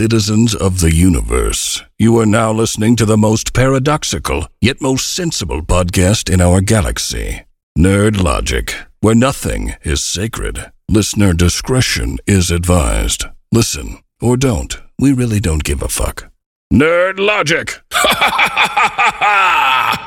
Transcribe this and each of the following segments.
citizens of the universe. You are now listening to the most paradoxical, yet most sensible podcast in our galaxy Nerd Logic, where nothing is sacred. Listener discretion is advised. Listen or don't. We really don't give a fuck. Nerd Logic!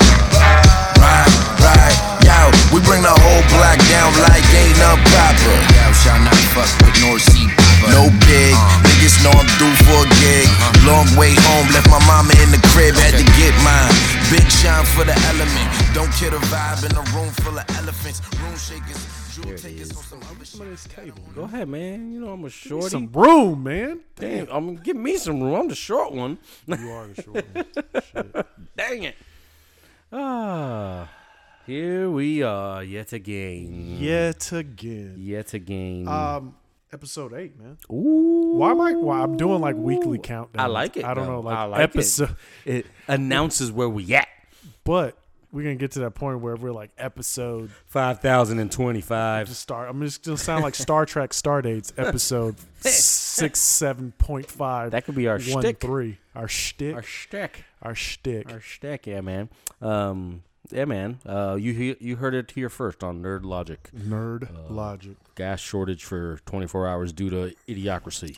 Right, right, yo. We bring the whole block down like ain't no proper. Thou shalt not fuck with nor see Papa. No big, Uh-huh. niggas know I'm due for a gig. Long way home, left my mama in the crib, had to get mine. Big shine for the element. Don't kill the vibe in a room full of elephants. Room shakers, jewel takers on some other shit. Some of this table. Go ahead, man. You know I'm a shorty. Some room, man. Damn, I'm give me some room. I'm the short one. You are the short one. Dang it. Ah, here we are yet again. Yet again. Yet again. Um, episode eight, man. Ooh, Why am I? Why I'm doing like weekly countdowns. I like it. I don't though. know, like, I like episode. It. it announces where we at. But we're gonna get to that point where we're like episode Five thousand and twenty-five. star. I'm just gonna sound like Star Trek Star Dates episode six seven point five. That could be our one shtick. three. Our shtick. Our Our, shtick. shtick. Our shtick. Yeah, man. Um, yeah, man. Uh, you he- you heard it here first on Nerd Logic. Nerd Uh, logic. Gas shortage for 24 hours due to idiocracy.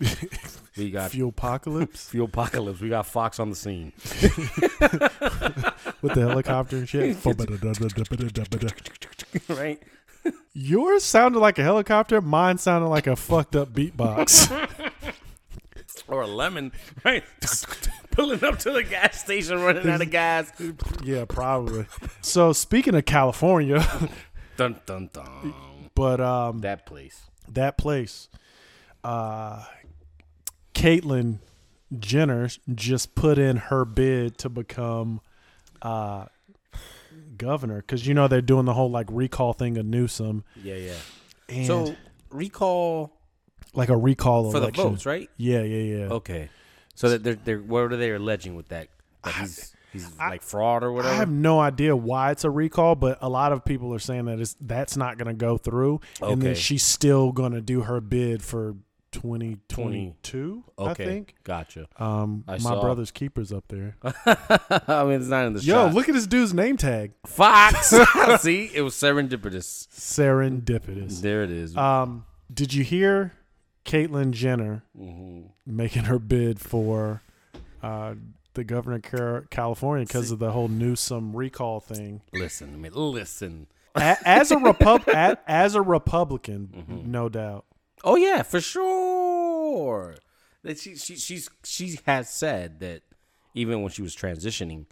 we got Fuel apocalypse fuel apocalypse. We got Fox on the scene. with the helicopter and shit. right? Yours sounded like a helicopter. Mine sounded like a fucked up beatbox. Or a lemon, right? Pulling up to the gas station, running out of gas. Yeah, probably. so speaking of California, Dun dun dun. but um, that, That place. place, uh, Caitlyn Jenner just put in her bid to become uh, governor because you know they're doing the whole like recall thing of Newsom Yeah, yeah. and So recall like a recall for the election. votes, right? Yeah, yeah, yeah. Okay. So that they're they're what are they alleging with that? That he's he's like fraud or I whatever. have no idea why it's a recall, but a lot of people are saying that it's, that's not going to go through, and then Okay. she's still going to do her bid for 2022. I okay. think Gotcha. um, I my saw- brother's keeper's up there. I mean, it's not in the Yo, shot. look at this dude's name tag: Fox. See, it was serendipitous. serendipitous. There it is. Um, did you hear Caitlyn Jenner Mm-hmm. making her bid for uh, the governor of Car- California because of the whole Newsom recall thing? listen, I mean, listen. A- as a repub a- as a Republican, no doubt. Oh yeah, for sure. That she she she's she has said that even when she was transitioning,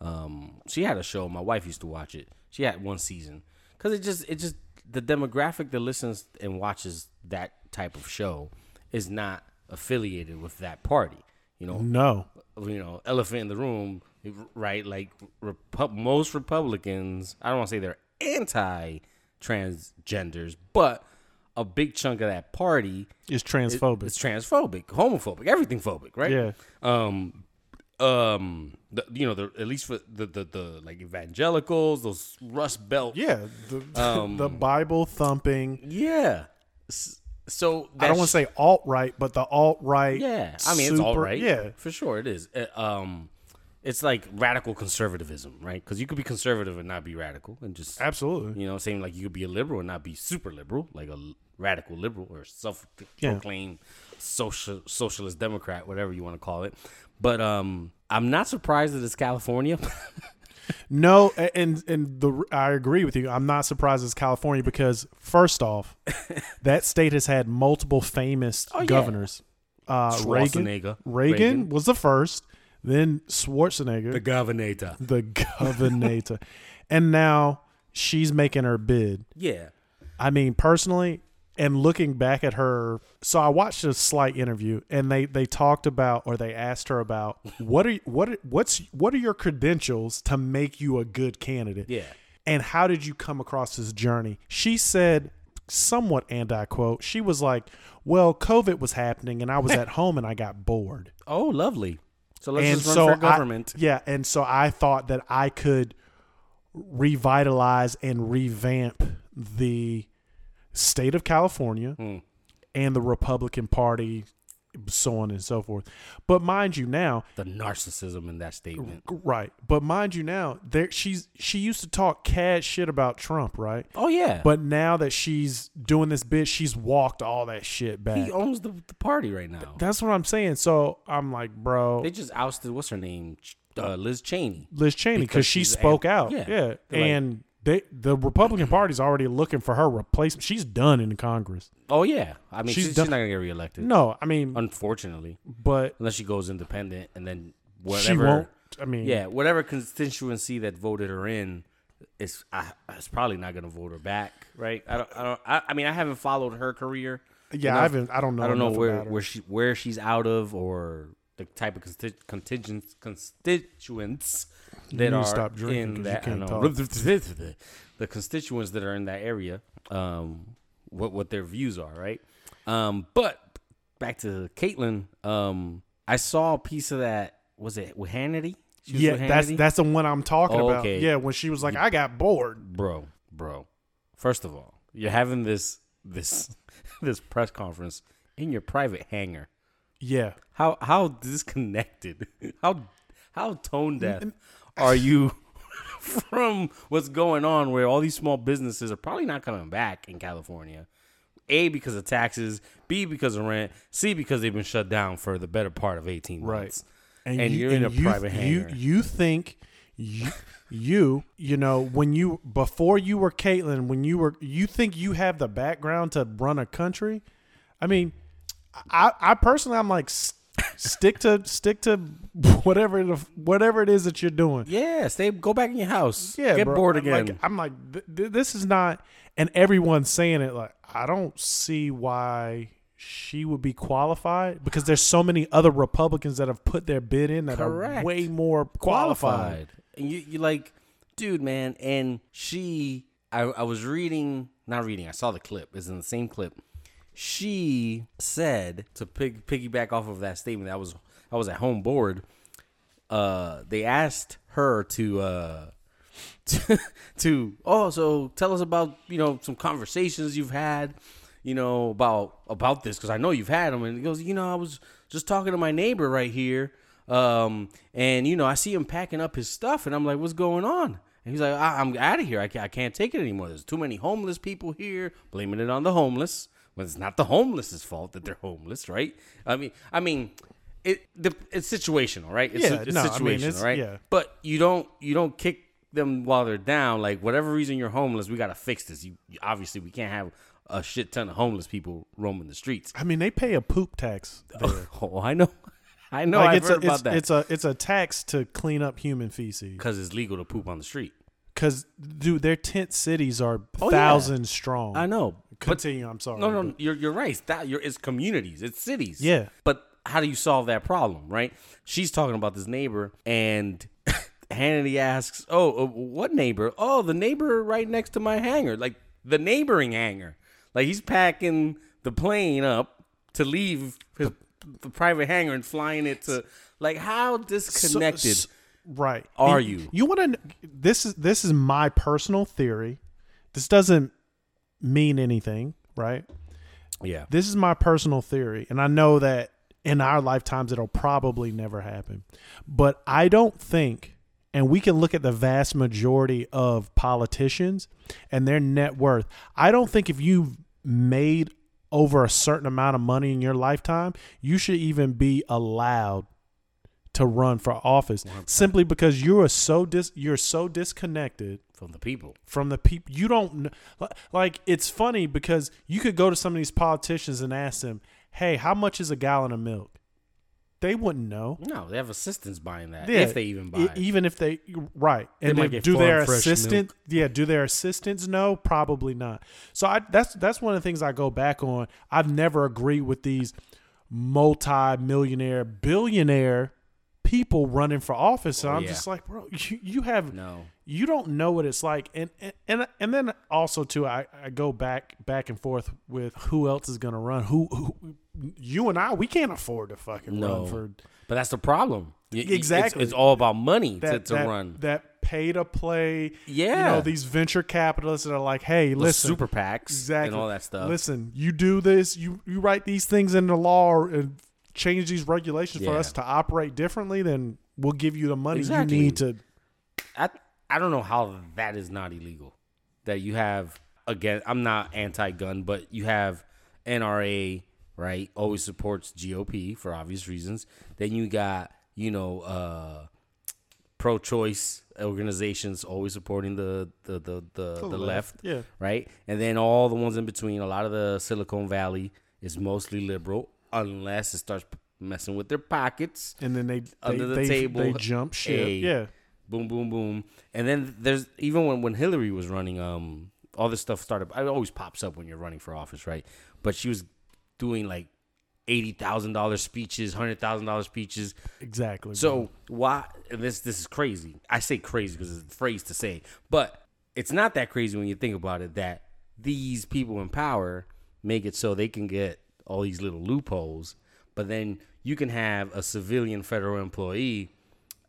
um, she had a show. My wife used to watch it. She had one season because it just it just the demographic that listens and watches that type of show is not affiliated with that party. You know, No, you know, elephant in the room, right? Like Repu- most Republicans, I don't want to say they're anti-transgenders, but a big chunk of that party it's transphobic. it's transphobic, homophobic, everything phobic, right? Yeah. Um, um, the, you know, the, at least for the, the the like evangelicals, those Rust Belt, yeah, the, Um, the Bible thumping. yeah. S- So I don't want to say alt right, but the alt right. Yeah, I mean it's all right. Yeah, for sure it is. Uh, um, it's like radical conservatism, right? Because you could be conservative and not be radical, and just absolutely. you know, saying like you could be a liberal and not be super liberal, like a l- radical liberal or self-proclaimed social socialist democrat, whatever you want to call it. But um, I'm not surprised that it's California. No, a- and and the I agree with you. I'm not surprised it's California because first off, that state has had multiple famous Oh, yeah. governors. Uh, Reagan, Schwarzenegger. Reagan, Reagan. was the first, then Schwarzenegger, governor. the governor, and now she's making her bid. Yeah. I mean, personally, and looking back at her, so I watched a slight interview, and they they talked about or they asked her about what are what are- what's what are your credentials to make you a good candidate? Yeah. and how did you come across this journey? She said. Somewhat, and I quote, she was like, Well, COVID was happening and I was at home and I got bored. Oh, lovely. So let's and just run so for I- government. yeah. And so I thought that I could revitalize and revamp the state of California Hmm. and the Republican Party, so on and so forth. But mind you, now The narcissism in that statement. right? But mind you, now there she's she used to talk cad shit about Trump, right? Oh yeah, But now that she's doing this bit, she's walked all that shit back. he owns the, the party right now. That's what I'm saying. So I'm like, bro, They just ousted what's her name, Ch- uh, Liz Cheney. Liz Cheney, because because she she's spoke an- out. yeah. Yeah, They're like- and they the Republican Party's already looking for her replacement. She's done in Congress. Oh yeah, I mean She's she's, she's done- not gonna get reelected. No, I mean, unfortunately, but unless she goes independent and then whatever. she won't. I mean, Yeah, whatever constituency that voted her in is I, it's probably not gonna vote her back, right? I don't. I don't. I, I mean, I haven't followed her career. Yeah, I haven't- I don't know I don't know enough where about her. where she where she's out of or the type of consti- contingent constituents that need to are stop drinking in 'cause you that. I can't know. talk. the constituents that are in that area, um, what what their views are, right? Um, but back to Caitlyn, um, I saw a piece of that. Was it with Hannity? She was yeah, with that's Hannity? that's the one I'm talking Oh, about. okay. Yeah, when she was like, I got bored. bro, bro. First of all, you're having this this this press conference in your private hangar. Yeah, How how disconnected? How how tone deaf are you from what's going on? Where all these small businesses are probably not coming back in California. A because of taxes, B because of rent, C because they've been shut down for the better part of eighteen Right. months. And, you're in a and you- private hangar. You you think you, you you know when you before you were Caitlyn, when you were you think you have the background to run a country? I mean, I I personally I'm like s- stick to stick to whatever the, whatever it is that you're doing. yeah, stay. Go back in your house. Yeah, get bro. bored I'm like- again. I'm like, th- th- this is not, and everyone's saying it. Like, I don't see why she would be qualified because there's so many other Republicans that have put their bid in that are Correct. way more qualified. And you, you like, dude, man. And she, I, I was reading, not reading, I saw the clip. It's in the same clip. She said to pig, piggyback off of that statement. I was, I was at home bored. Uh, they asked her to, uh, to, to, oh, so tell us about you know some conversations you've had, you know about about this because I know you've had them. And he goes, you know, I was just talking to my neighbor right here, um, and you know I see him packing up his stuff, and I'm like, what's going on? And he's like, I- I'm out of here. I can't, I can't take it anymore. There's too many homeless people here, blaming it on the homeless. When it's not the homeless's fault that they're homeless, right? I mean, I mean, it the, it's situational, right? It's, Yeah, it's no, I mean, situational, it's- right? yeah. But you don't you don't kick them while they're down. Like whatever reason you're homeless, we gotta fix this. You you- obviously we can't have a shit ton of homeless people roaming the streets. I mean, they pay a poop tax. Oh, I know, I know. Like, I've it's heard a, about it's, that it's a it's a tax to clean up human feces because it's legal to poop on the street. because dude, their tent cities are Oh, yeah. thousands strong. I know. but- Continue. I'm sorry. No, but- no, you're you're right. It's That you're, it's communities, it's cities. Yeah. But how do you solve that problem, right? She's talking about this neighbor, and Hannity asks, "Oh, uh, what neighbor? Oh, the neighbor right next to my hangar, like the neighboring hangar. Like he's packing the plane up to leave his the private hangar and flying it to. Like how disconnected? s- right are And you? you want to this is this is my personal theory this doesn't mean anything right yeah. this is my personal theory and i know that in our lifetimes it'll probably never happen but i don't think and we can look at the vast majority of politicians and their net worth i don't think if you've made over a certain amount of money in your lifetime you should even be allowed to run for office simply because you are so dis- you're so disconnected From the people. from the people you don't kn- li- like it's funny because you could go to some of these politicians and ask them hey how much is a gallon of milk they wouldn't know No, they have assistants buying that Yeah, if they even buy. e- it. even if they right and might if- get do their farm fresh assistant milk. yeah do their assistants know probably not so i that's that's one of the things i go back on i've never agreed with these multi-millionaire billionaire people running for office and i'm Oh, yeah. just like bro you, you have no. you don't know what it's like and and and, and then also too I, I go back back and forth with who else is going to run who, who you and i we can't afford to fucking No. run for But that's the problem. Y- y- it's- Exactly. It's, all about money to, that to that, run. that pay to play. You Yeah. know, these venture capitalists that are like, hey, The listen. super PACs Exactly. and all that stuff. Listen, you do this, you, you write these things into law or and change these regulations for Yeah. us to operate differently, then we'll give you the money Exactly. you need to. I I don't know how that is not illegal. That you have again, I'm not anti-gun, but you have NRA right always supports GOP for obvious reasons. Then you got you know uh, pro-choice organizations always supporting the the the the, Oh, the, left, yeah. right, and then all the ones in between. A lot of the Silicon Valley is mostly liberal, unless it starts messing with their pockets And then they, they, under the they, table. they jump shit. Hey, Yeah. Boom, boom, boom. And then there's even when, when Hillary was running, um, all this stuff started. It always pops up when you're running for office, right? But she was doing like eighty thousand dollars speeches, hundred thousand dollars speeches. Exactly. So why and this this is crazy. I say crazy because it's a phrase to say, but it's not that crazy when you think about it that these people in power make it so they can get all these little loopholes, but then you can have a civilian federal employee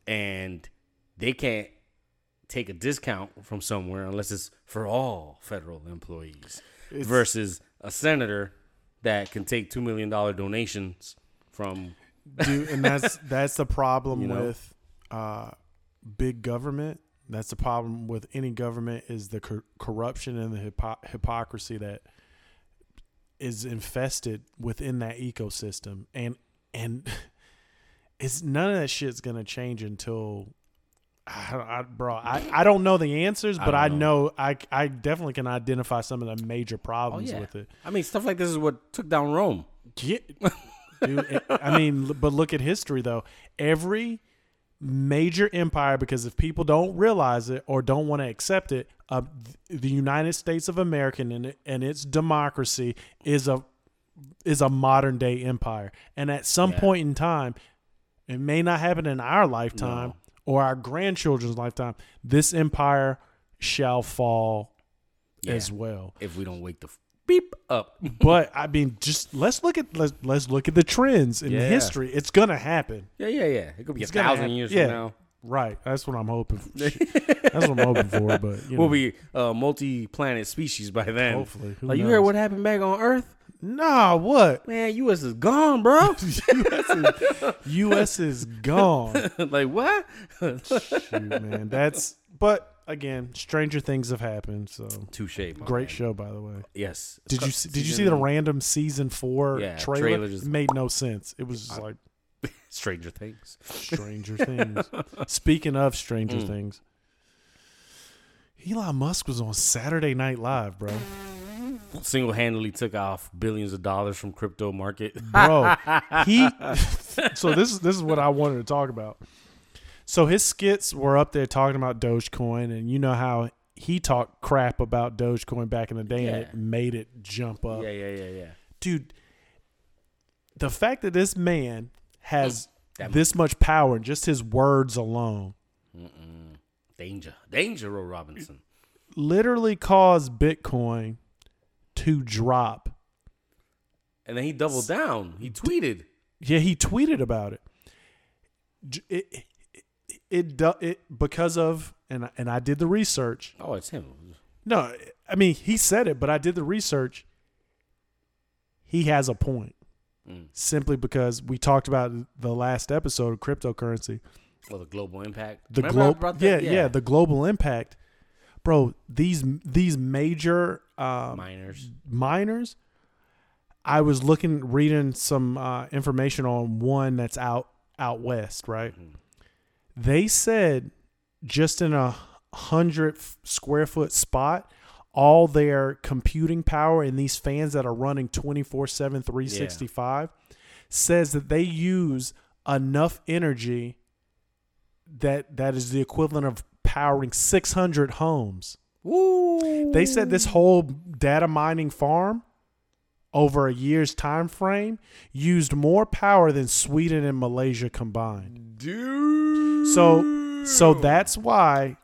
and they can't take a discount from somewhere unless it's for all federal employees versus a senator that can take 2 million dollar donations from Dude, and that's that's the problem You know? with uh, big government. That's the problem with any government is the cor- corruption and the hypo- hypocrisy that is infested within that ecosystem, and and it's none of that shit's gonna change until. I, don't- I, bro, I, I don't know the answers, but I, don't know. I I definitely can identify some of the major Oh, problems with it. I mean, stuff like this is what took down Rome. Yeah. Dude, it- I mean, l- but look at history though. Every major empire, because if people don't realize it or don't want to accept it, uh, th- the United States of America and, it- and its democracy is a is a modern day empire. And at some Yeah. point in time, it may not happen in our lifetime or our grandchildren's lifetime. This empire shall fall as well If we don't wake the f- beep up, but I mean, just let's look at let's, let's look at the trends in Yeah. history. It's gonna happen, yeah, yeah, yeah. It could be It's a gonna thousand happen. years Yeah. from now. right? That's what I'm hoping. For. That's what I'm hoping for. But you know, We'll be a multi-planet species by then. Hopefully. Who like you heard knows? what happened back on Earth, nah, what man. U.S. is gone, bro. U.S. is gone, like what? Shoot, man. That's but again, stranger things have happened. So Touche, my man. great show, by the way. Yes. Did Cu- you see, did you see season the random season four Yeah, trailer? trailer just- it made no sense. It was just like Stranger Things? Stranger Things. Speaking of Stranger Hmm. Things, Elon Musk was on Saturday Night Live, bro. Single-handedly took off billions of dollars from crypto market. bro. He. so this is this is what I wanted to talk about. So his skits were up there talking about Dogecoin, and you know how he talked crap about Dogecoin back in the day, and Yeah. it made it jump up, yeah, yeah, yeah, yeah. dude. The fact that this man has this much power and just his words alone Danger, danger, Roll Robinson. literally caused Bitcoin to drop And then he doubled down. He tweeted. Yeah, he tweeted about it. J- It it, it, it, do- it because of and I- and I did the research. Oh, it's him. No, I mean he said it, but I did the research. He has a point. Simply because we talked about the last episode of cryptocurrency, Well, the global impact. the Remember I global brought yeah, that? yeah the global impact, bro. These these major um, miners. miners. I was looking, reading some uh, information on one that's out out west, right? They said just in a hundred f- square foot spot, all their computing power and these fans that are running 24 7, 365 says that they use enough energy that that is the equivalent of powering 600 homes. They said this whole data mining farm over a year's time frame used more power than Sweden and Malaysia combined. Dude. So so that's why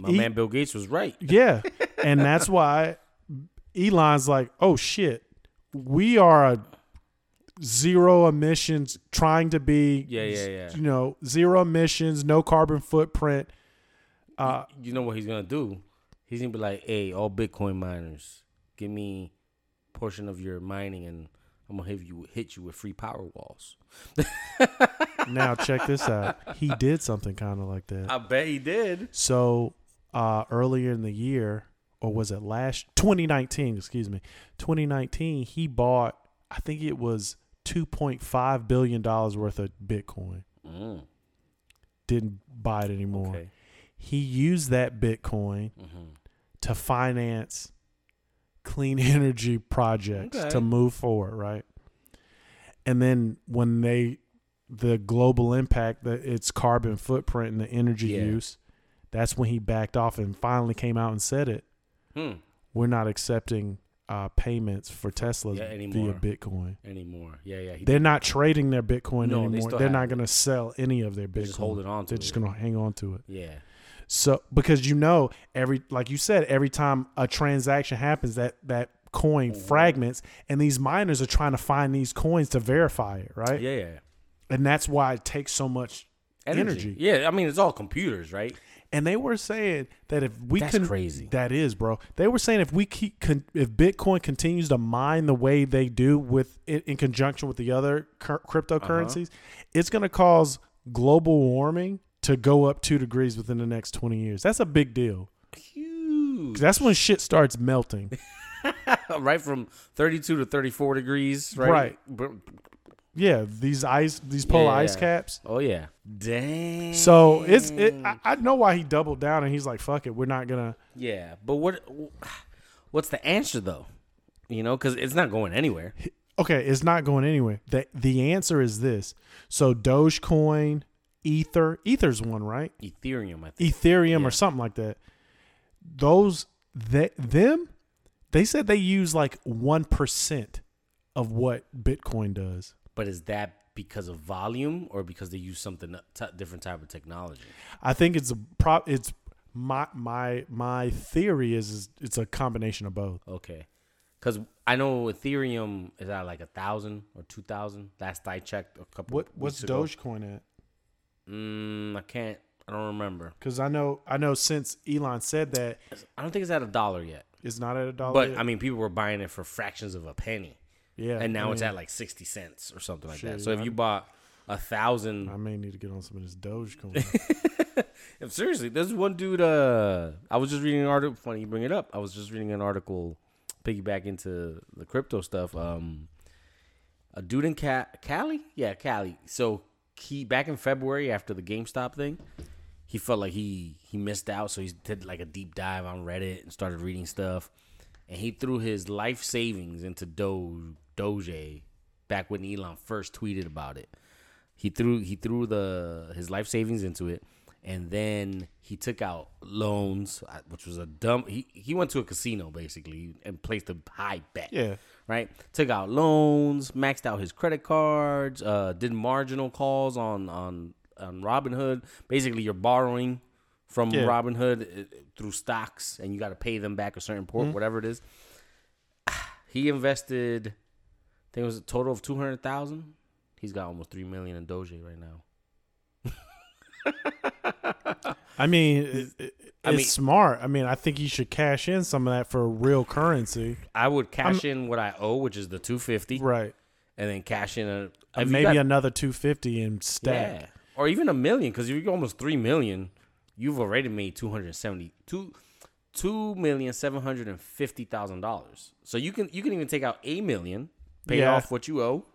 My man Bill Gates was right. yeah. and that's why Elon's like, "Oh shit. We are a zero emissions trying to be Yeah, yeah, yeah. you know, zero emissions, no carbon footprint Uh, you know what he's gonna do? He's gonna be like, "Hey, all Bitcoin miners, give me a portion of your mining, and I'm gonna have you hit you with free power walls." now check this out. He did something kind of like that. I bet he did. So uh, earlier in the year, or was it last 2019? Excuse me, 2019. He bought, I think it was 2.5 billion dollars worth of Bitcoin. Mm, Didn't buy it anymore. okay. He used that Bitcoin Mhm. to finance clean energy projects Okay. to move forward, right? And then when they the global impact that its carbon footprint and the energy Yeah. use, that's when he backed off and finally came out and said it. Hmm. We're not accepting uh, payments for Tesla Yeah, anymore. via Bitcoin. Anymore? Yeah, yeah. He They're not trading their Bitcoin No, they anymore. still They're have not it. going to sell any of their Bitcoin. They're just holding on to They're just it. going to hang on to it. yeah. So because you know every like you said every time a transaction happens that that coin fragments and these miners are trying to find these coins to verify it, right? Yeah, yeah. And that's why it takes so much energy. Yeah, I mean it's all computers, right? And they were saying that if we That's can crazy. that is, bro. They were saying if we keep con- if Bitcoin continues to mine the way they do with it in conjunction with the other cur- cryptocurrencies, Uh-huh. it's going to cause global warming to go up 2 degrees within the next 20 years. That's a big deal. Huge. 'Cause that's when shit starts melting. right from 32 to 34 degrees, right? Right. Br- yeah, these ice, these polar ice Yeah. caps. Oh yeah. Dang. So it's it. I, I know why he doubled down and he's like, "Fuck it, we're not gonna." yeah, but what what's the answer though? You know, cuz it's not going anywhere. Okay, it's not going anywhere. The the answer is this. So Dogecoin, Ether, Ether's one, right? Ethereum, I think. Ethereum or something like that. Those that them, they said they use like one percent of what Bitcoin does. But is that because of volume or because they use something uh, t- different type of technology? I think it's a prop. It's my my my theory is, is it's a combination of both. Okay. Cuz I know Ethereum is at like a 1000 or 2000. Last I checked a couple What what's weeks ago. Dogecoin at? Mm, I can't. I don't remember. Because I know I know since Elon said that I don't think it's at a dollar yet. it's not at a dollar. But yet. I mean, people were buying it for fractions of a penny, yeah, and now it's I at mean, like sixty cents or something like that. Shit, So if I- you bought a thousand, I may need to get on some of this Dogecoin. if, seriously, there's one dude. Uh, I was just reading an article. Funny you bring it up. I was just reading an article, piggyback into the crypto stuff. Um, a dude in Ca- Cali, yeah, Cali. So he back in February after the GameStop thing, he felt like he he missed out, so he did like a deep dive on Reddit and started reading stuff, and he threw his life savings into Doge Doge back when Elon first tweeted about it. He threw he threw the his life savings into it, and then he took out loans, uh, which was a dumb. He he went to a casino basically and placed a high bet yeah, right? Took out loans, maxed out his credit cards, uh, did marginal calls on on on Robinhood. Basically, you're borrowing from Yeah. Robinhood uh, through stocks, and you got to pay them back a certain Mm-hmm. port, whatever it is. He invested, I think it was a total of two hundred thousand. He's got almost three million in Doge right now. I mean, it, it- I it's mean- smart. I mean, I think you should cash in some of that for real currency, I would cash in what I owe, which is the two fifty, right? and then cash in a if you Maybe got- another two fifty and stack. Yeah. Or even a million, because if you're almost three million, you've already made two hundred seventy two two million seven hundred and fifty thousand dollars. So you can you can even take out a million, pay Yeah. off what you owe,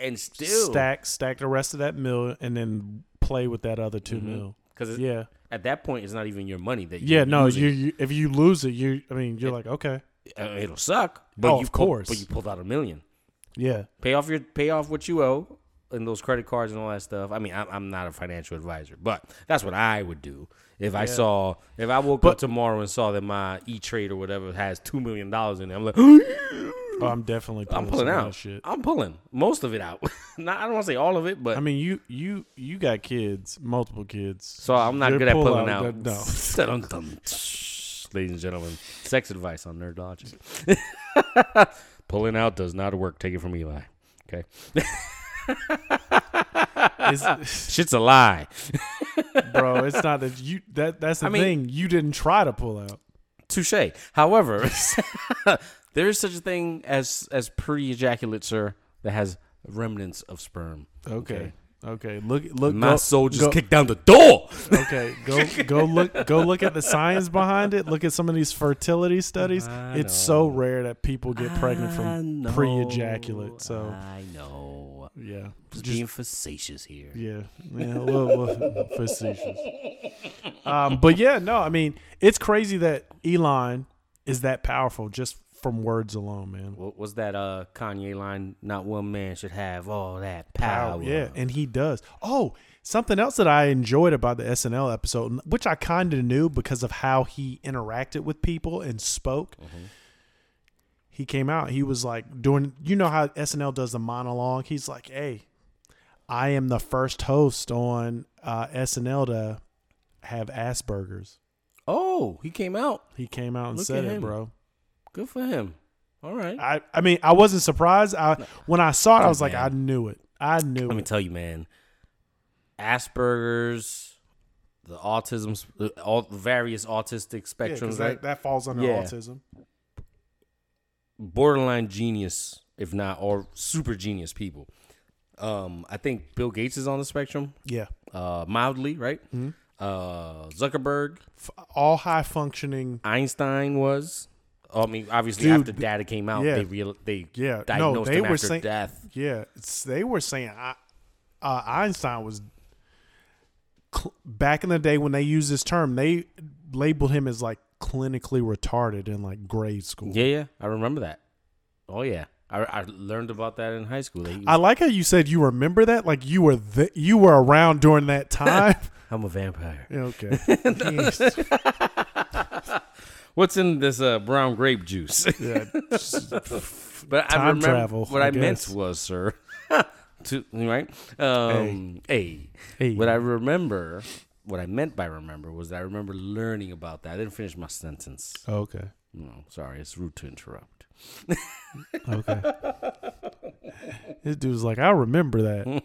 and still Stack, stack the rest of that mill, and then play with that other Mm-hmm. 2 mil. because Yeah, at that point it's not even your money that yeah. you're No, using. you, you if you lose it, you. I mean, you're like, okay, Uh, it'll suck. But Oh, you of pulled- course. but you pulled out a million. yeah. pay off your pay off what you owe and those credit cards and all that stuff. I mean, I'm, I'm not a financial advisor, but that's what I would do if I saw if I woke up tomorrow and saw that my E Trade or whatever has two million dollars in it. I'm like, Oh, I'm definitely. Pulling I'm pulling some of that out. Shit. I'm pulling most of it out. not, I don't want to say all of it, but I mean, you you you got kids, multiple kids. so I'm not Your good at pull pulling out. that- No, Dun, dun, tsh. Ladies and gentlemen, sex advice on Nerd Logic. pulling out does not work. Take it from Eli. Okay, It's- shit's a lie. bro. It's not that you that that's the I mean- thing. You didn't try to pull out. Touche. However, there is such a thing as as pre ejaculate, sir, that has remnants of sperm. Okay. Okay. Look look My Uh, go- soul just go- kicked down the door. Okay, go go look go look at the science behind it. Look at some of these fertility studies. It's so rare that people get pregnant from pre-ejaculate. So I know. yeah, Just, Just- being facetious here. yeah, yeah, a little, little facetious. Um, but yeah, no, I mean it's crazy that Elon is that powerful just from words alone, man. What was that uh, Kanye line? Not one man should have all that power. Yeah, and he does. Oh, something else that I enjoyed about the SNL episode, which I kind of knew because of how he interacted with people and spoke. Mm-hmm. He came out. He was like doing, you know how SNL does the monologue. He's like, "Hey, I am the first host on uh, SNL to have Asperger's." Oh, he came out. He came out and Look said at it, him. bro. Good for him. All right. I, I mean, I wasn't surprised. I when I saw it, I was like, man. I knew it. I knew Let me it. tell you, man. Asperger's, the autism, the all various autistic Yeah, 'cause spectrums, that, right? that falls under Yeah. autism. borderline genius, if not or super genius people. Um, I think Bill Gates is on the spectrum, Yeah. uh, mildly, right? Mm-hmm. Uh, Zuckerberg, f- all high functioning. Einstein was. I mean, obviously, Dude, after data came out, yeah. they real they Yeah, no, diagnosed they him were after saying- death. Yeah, it's, they were saying I, uh, Einstein was cl- back in the day when they used this term. They labeled him as like clinically retarded in like grade school. Yeah, yeah, I remember that. Oh yeah, I, I learned about that in high school. They, I like how you said you remember that. Like you were th- you were around during that time. I'm a vampire. okay. Jeez. What's in this uh, brown grape juice? Yeah. But I Time remember travel, What I I, guess. meant was, sir, to right. Um, a. Hey. What I remember, what I meant by remember was that I remember learning about that. I didn't finish my sentence. Okay. No, sorry, it's rude to interrupt. Okay. This dude was like, I remember that.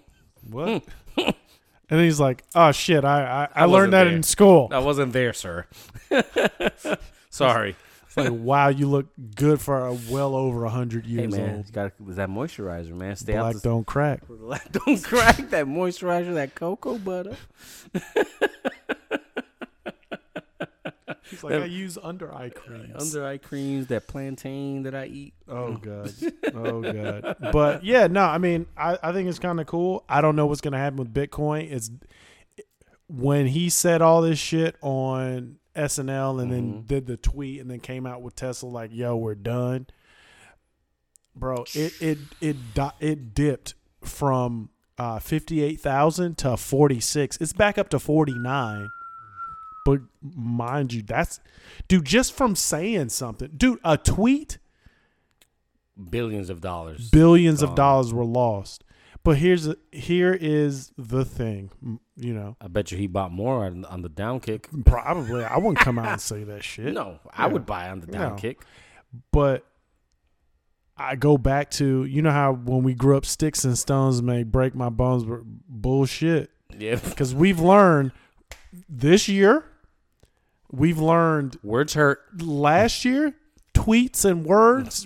what? And he's like, Oh shit! I I, I, wasn't learned that there. in school. I wasn't there, sir. sorry. It's like, wow, you look good for a well over a hundred Hey years man, old. got that moisturizer, man. Stay out. Black the don't crack. Black don't crack that moisturizer, that cocoa butter. He's like, I use under eye creams. Under eye creams, that plantain that I eat. Oh god. Oh god. But yeah, no, I mean, I, I think it's kind of cool. I don't know what's gonna happen with Bitcoin. It's when he said all this shit on SNL and then did the tweet and then came out with Tesla like, "Yo, we're done." Bro, it it it di- it dipped from uh, fifty eight thousand to forty six. It's back up to forty nine. But mind you, that's dude. Just from saying something, dude, a tweet Billions of dollars. billions Oh. of dollars were lost. But here's here is the thing, m- you know. I bet you he bought more on, on the down kick. Probably I wouldn't come out and say that shit. No, I would buy on the down No. kick. but I go back to you know how when we grew up, sticks and stones may break my bones, but bullshit. Yeah. Because we've learned this year, we've learned Words hurt. last year. Tweets and words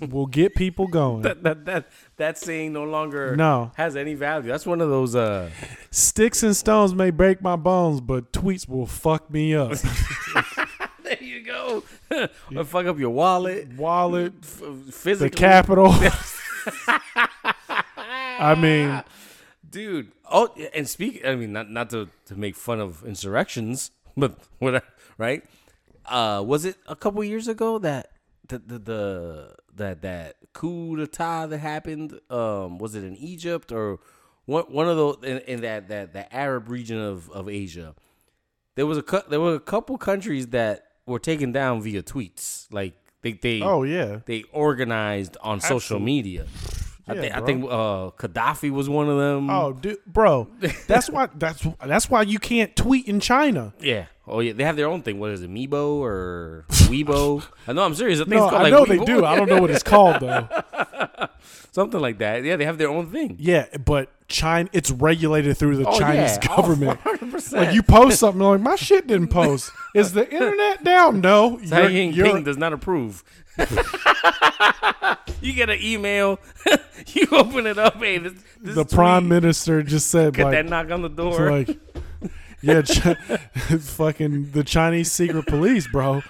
will get people going. That that that saying no longer No. has any value. That's one of those uh Sticks and stones may break my bones, but tweets will fuck me up. there you go. Or fuck up your wallet. Wallet, F- the physically capital. I mean, dude. Oh and speak I mean not not to, to make fun of insurrections, but what I- right? Uh was it a couple years ago that the the, the that that coup d'etat that happened? Um was it in Egypt or one one of those in, in that, that that Arab region of, of Asia? there was a cou- there were a couple countries that were taken down via tweets. Like they they oh yeah, they organized on social media. I, Yeah, think, I bro. think uh, Gaddafi was one of them. oh dude, bro, that's why that's that's why you can't tweet in China. yeah, oh yeah, they have their own thing. What is it, Meebo or Weibo? I know I'm serious. I think No, it's called I like know they Weibo. do. I don't know what it's called though. something like that. Yeah, they have their own thing. Yeah, but China. It's regulated through the Oh, Chinese yeah. Oh, government. 100%. Like you post something, like my shit didn't post. Is the internet down? No, Tsai you're, Ying you're- Ping does not approve. you get an email, you open it up, hey, this, this the tweet, prime minister just said Get like, that knock on the it's door. like yeah, Chi fucking the Chinese secret police, bro.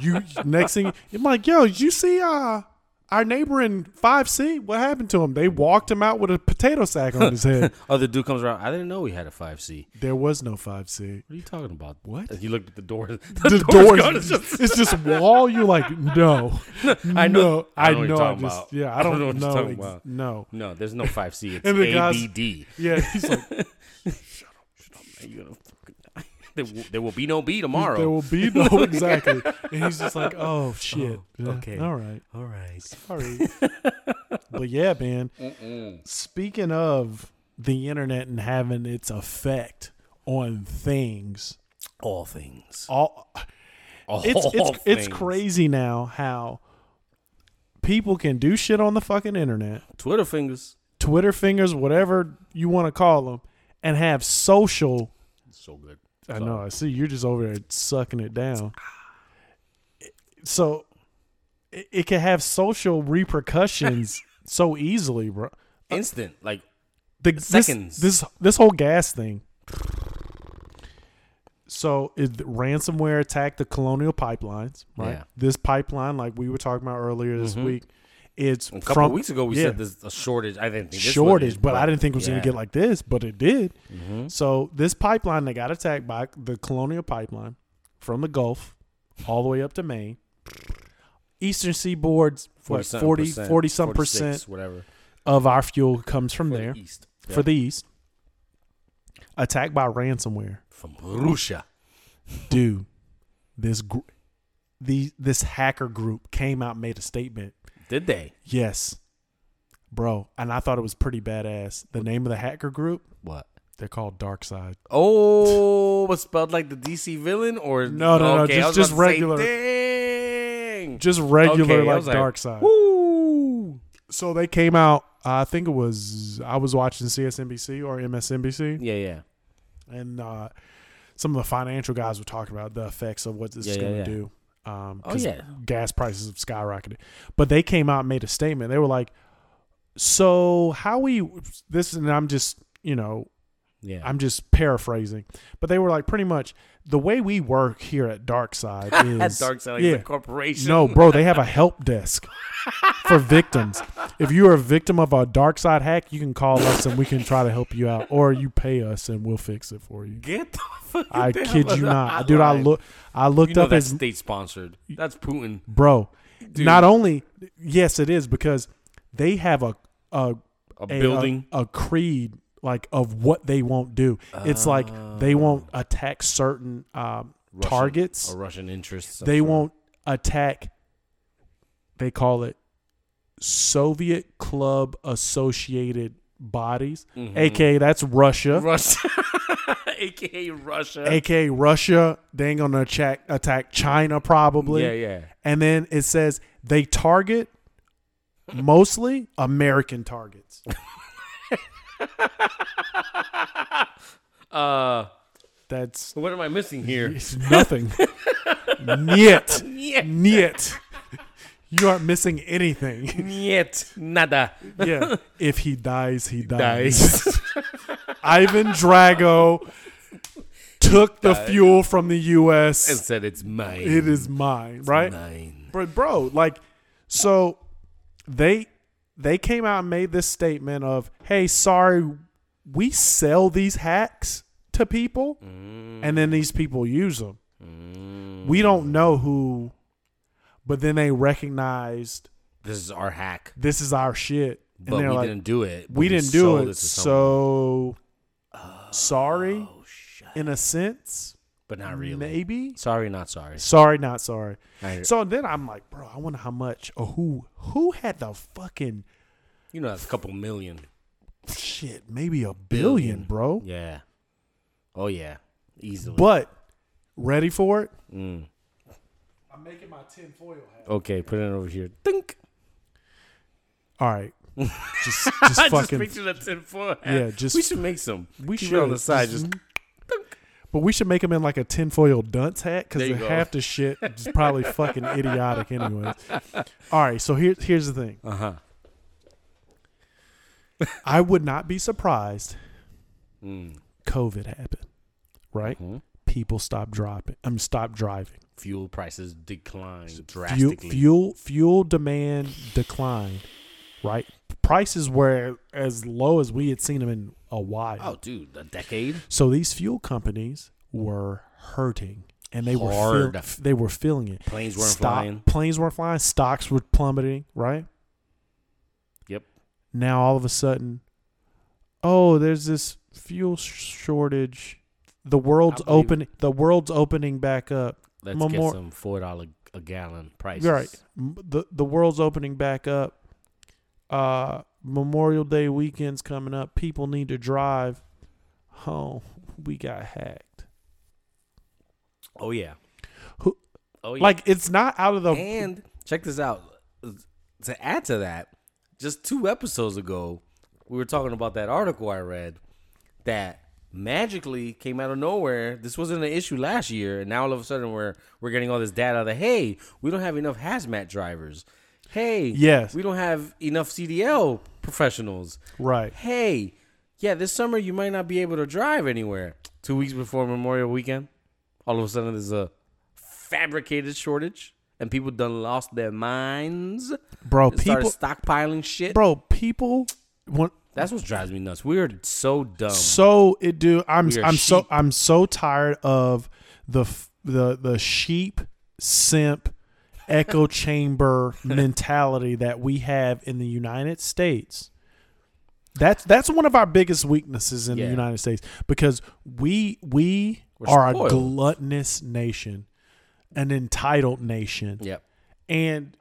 You next thing I'm like, yo, did you see uh our neighbor in five C? What happened to him? They walked him out with a potato sack on his head. Other Oh, dude comes around. I didn't know we had a five C. There was no five C. What are you talking about? What? You looked at the door. The, the door's doors. gone. It's just- it's just wall. You're like, no, I know- no, I I know what know. you're I, talking just, about. yeah, I don't, know what you're know. talking ex- about. No, no, there's no five C. It's And the guys- ABD. yeah, he's like, You gonna fucking die. There will, there will be no B tomorrow. there will be no exactly, and he's just like, oh shit, Yeah, okay. all right, All right. sorry, but yeah, man. Speaking of the internet and having its effect on things, All things. all All it's it's it's things. crazy now how people can do shit on the fucking internet. Twitter fingers. Twitter fingers, whatever you want to call them, and have social. So good. I know. I see you're just over there sucking it down. It- So it, it can have social repercussions so easily, bro. Instant. Like The, this- Seconds. This, this whole gas thing. So it, ransomware attacked the Colonial pipelines, right? Yeah. Mm-hmm. This pipeline, like we were talking about earlier this week, it's a couple from, of weeks ago, we yeah. said there's a shortage. I didn't think this one shortage, is, but I didn't think it was going yeah. Mm-hmm. to get like this, but it did. So this pipeline that got attacked by the Colonial Pipeline from the Gulf all the way up to Maine, Eastern Seaboard's what, 40-something 40, percent, 40 some 46, percent whatever. of our fuel comes from For there the East. for the East. Attacked by ransomware, From Russia. dude. This gr- the this hacker group came out and made a statement. Did they? Yes, bro, and I thought it was pretty badass. The name of the hacker group What? They're called Dark Side. Oh, but spelled like the DC villain or No, no, no, I just- was just about to say, regular. Dang. Just regular Okay, I like was like, Dark Side. Woo. So they came out uh, I think it was I was watching CSNBC or MSNBC Yeah, yeah. and uh, some of the financial guys were talking about the effects of what this is Yeah, yeah, going to yeah. do. Um, Oh, 'cause yeah. gas prices have skyrocketed. But they came out and made a statement. They were like, "So how we this?" And I'm just you know Yeah. I'm just paraphrasing, but they were like pretty much the way we work here at Dark Side is Dark Side like yeah. a corporation. No, bro, they have a help desk for victims. If you are a victim of a dark side hack, you can call us and we can try to help you out, or you pay us and we'll fix it for you. Get the fuck I kid you not, dude. I look, I looked You know up that's as state sponsored. That's Putin. bro. Not only, yes, it is because they have a a, A a building. a, creed like of what they won't do. It's like they won't attack certain um, Ah. Russian- targets. Or Russian interests. of they some- won't attack they call it soviet club associated bodies aka that's russia Mm-hmm. Russia. AKA Russia. aka russia they ain't gonna attack attack china probably yeah, yeah. and then it says they target mostly american targets Uh, that's what am I missing here? it's nothing niet Niet. niet you aren't missing anything Yet nada yeah if he dies he dies. dies. Ivan Drago took the fuel from the and U.S. said it's mine. It is mine, right? mine. But bro, like, so they they came out and made this statement of, "Hey, sorry, we sell these hacks to people, and then these people use them. Mm. We don't know who." But then they recognized This is our hack, this is our shit, and but we they're like, didn't do it. but we didn't do sold it. to someone. So Oh, sorry, in a sense, but not really. maybe. Sorry, not sorry. Sorry, not sorry. I- So then I'm like, bro, I wonder how much or who who had the fucking You know, that's a couple million. shit, maybe a Billion. billion, bro. Yeah. Oh yeah, easily. But ready for it? Mm. I'm making my tinfoil hat. okay, put it over here. Think. All right. Just, just fucking. just picture the tin foil. hat. Yeah, just- we should make some. we Mm-hmm. Keep it on the side. Just, But we should make them in like a tinfoil dunce hat There because you go. half the shit is probably fucking idiotic anyway. All right, so here's here's the thing. uh huh. I would not be surprised. Mm. COVID happened, right? Mm-hmm. People stopped dropping. I'm stop driving. Fuel prices decline Fuel, drastically. fuel fuel demand declined, right? Prices were as low as we had seen them in a while. Oh, dude, a decade. So these fuel companies were hurting, and they were Hard. feel, f- they were feeling it. Planes weren't Stock- flying. Planes weren't flying. Stocks were plummeting. Right Yep. now, all of a sudden, oh, there's this fuel sh- shortage. The world's I believe it. open. The world's opening back up. Let's Mo- get more- some four dollar a gallon prices. Right. M- The the world's opening back up. Uh Memorial Day weekend's coming up. People need to drive home. We got hacked. Oh yeah. Who- Oh yeah. Like it's not out of the and check this out. To add to that, just two episodes ago, we were talking about that article I read that magically came out of nowhere. This wasn't an issue last year, and now all of a sudden we're we're getting all this data that hey, we don't have enough hazmat drivers. Hey, Yes. we don't have enough CDL professionals. right. Hey, yeah, this summer you might not be able to drive anywhere. Two weeks before Memorial Weekend, all of a sudden there's a fabricated shortage, and people done lost their minds. Bro, and started people stockpiling shit. bro, people want That's what drives me nuts. We're so dumb. so it do I'm Oh. We are I'm so sheep. I'm so tired of the f- the the sheep simp echo chamber mentality that we have in the United States. That's that's one of our biggest weaknesses in Yeah. the United States because we we We're are spoiled. a gluttonous nation, an entitled nation, yep. and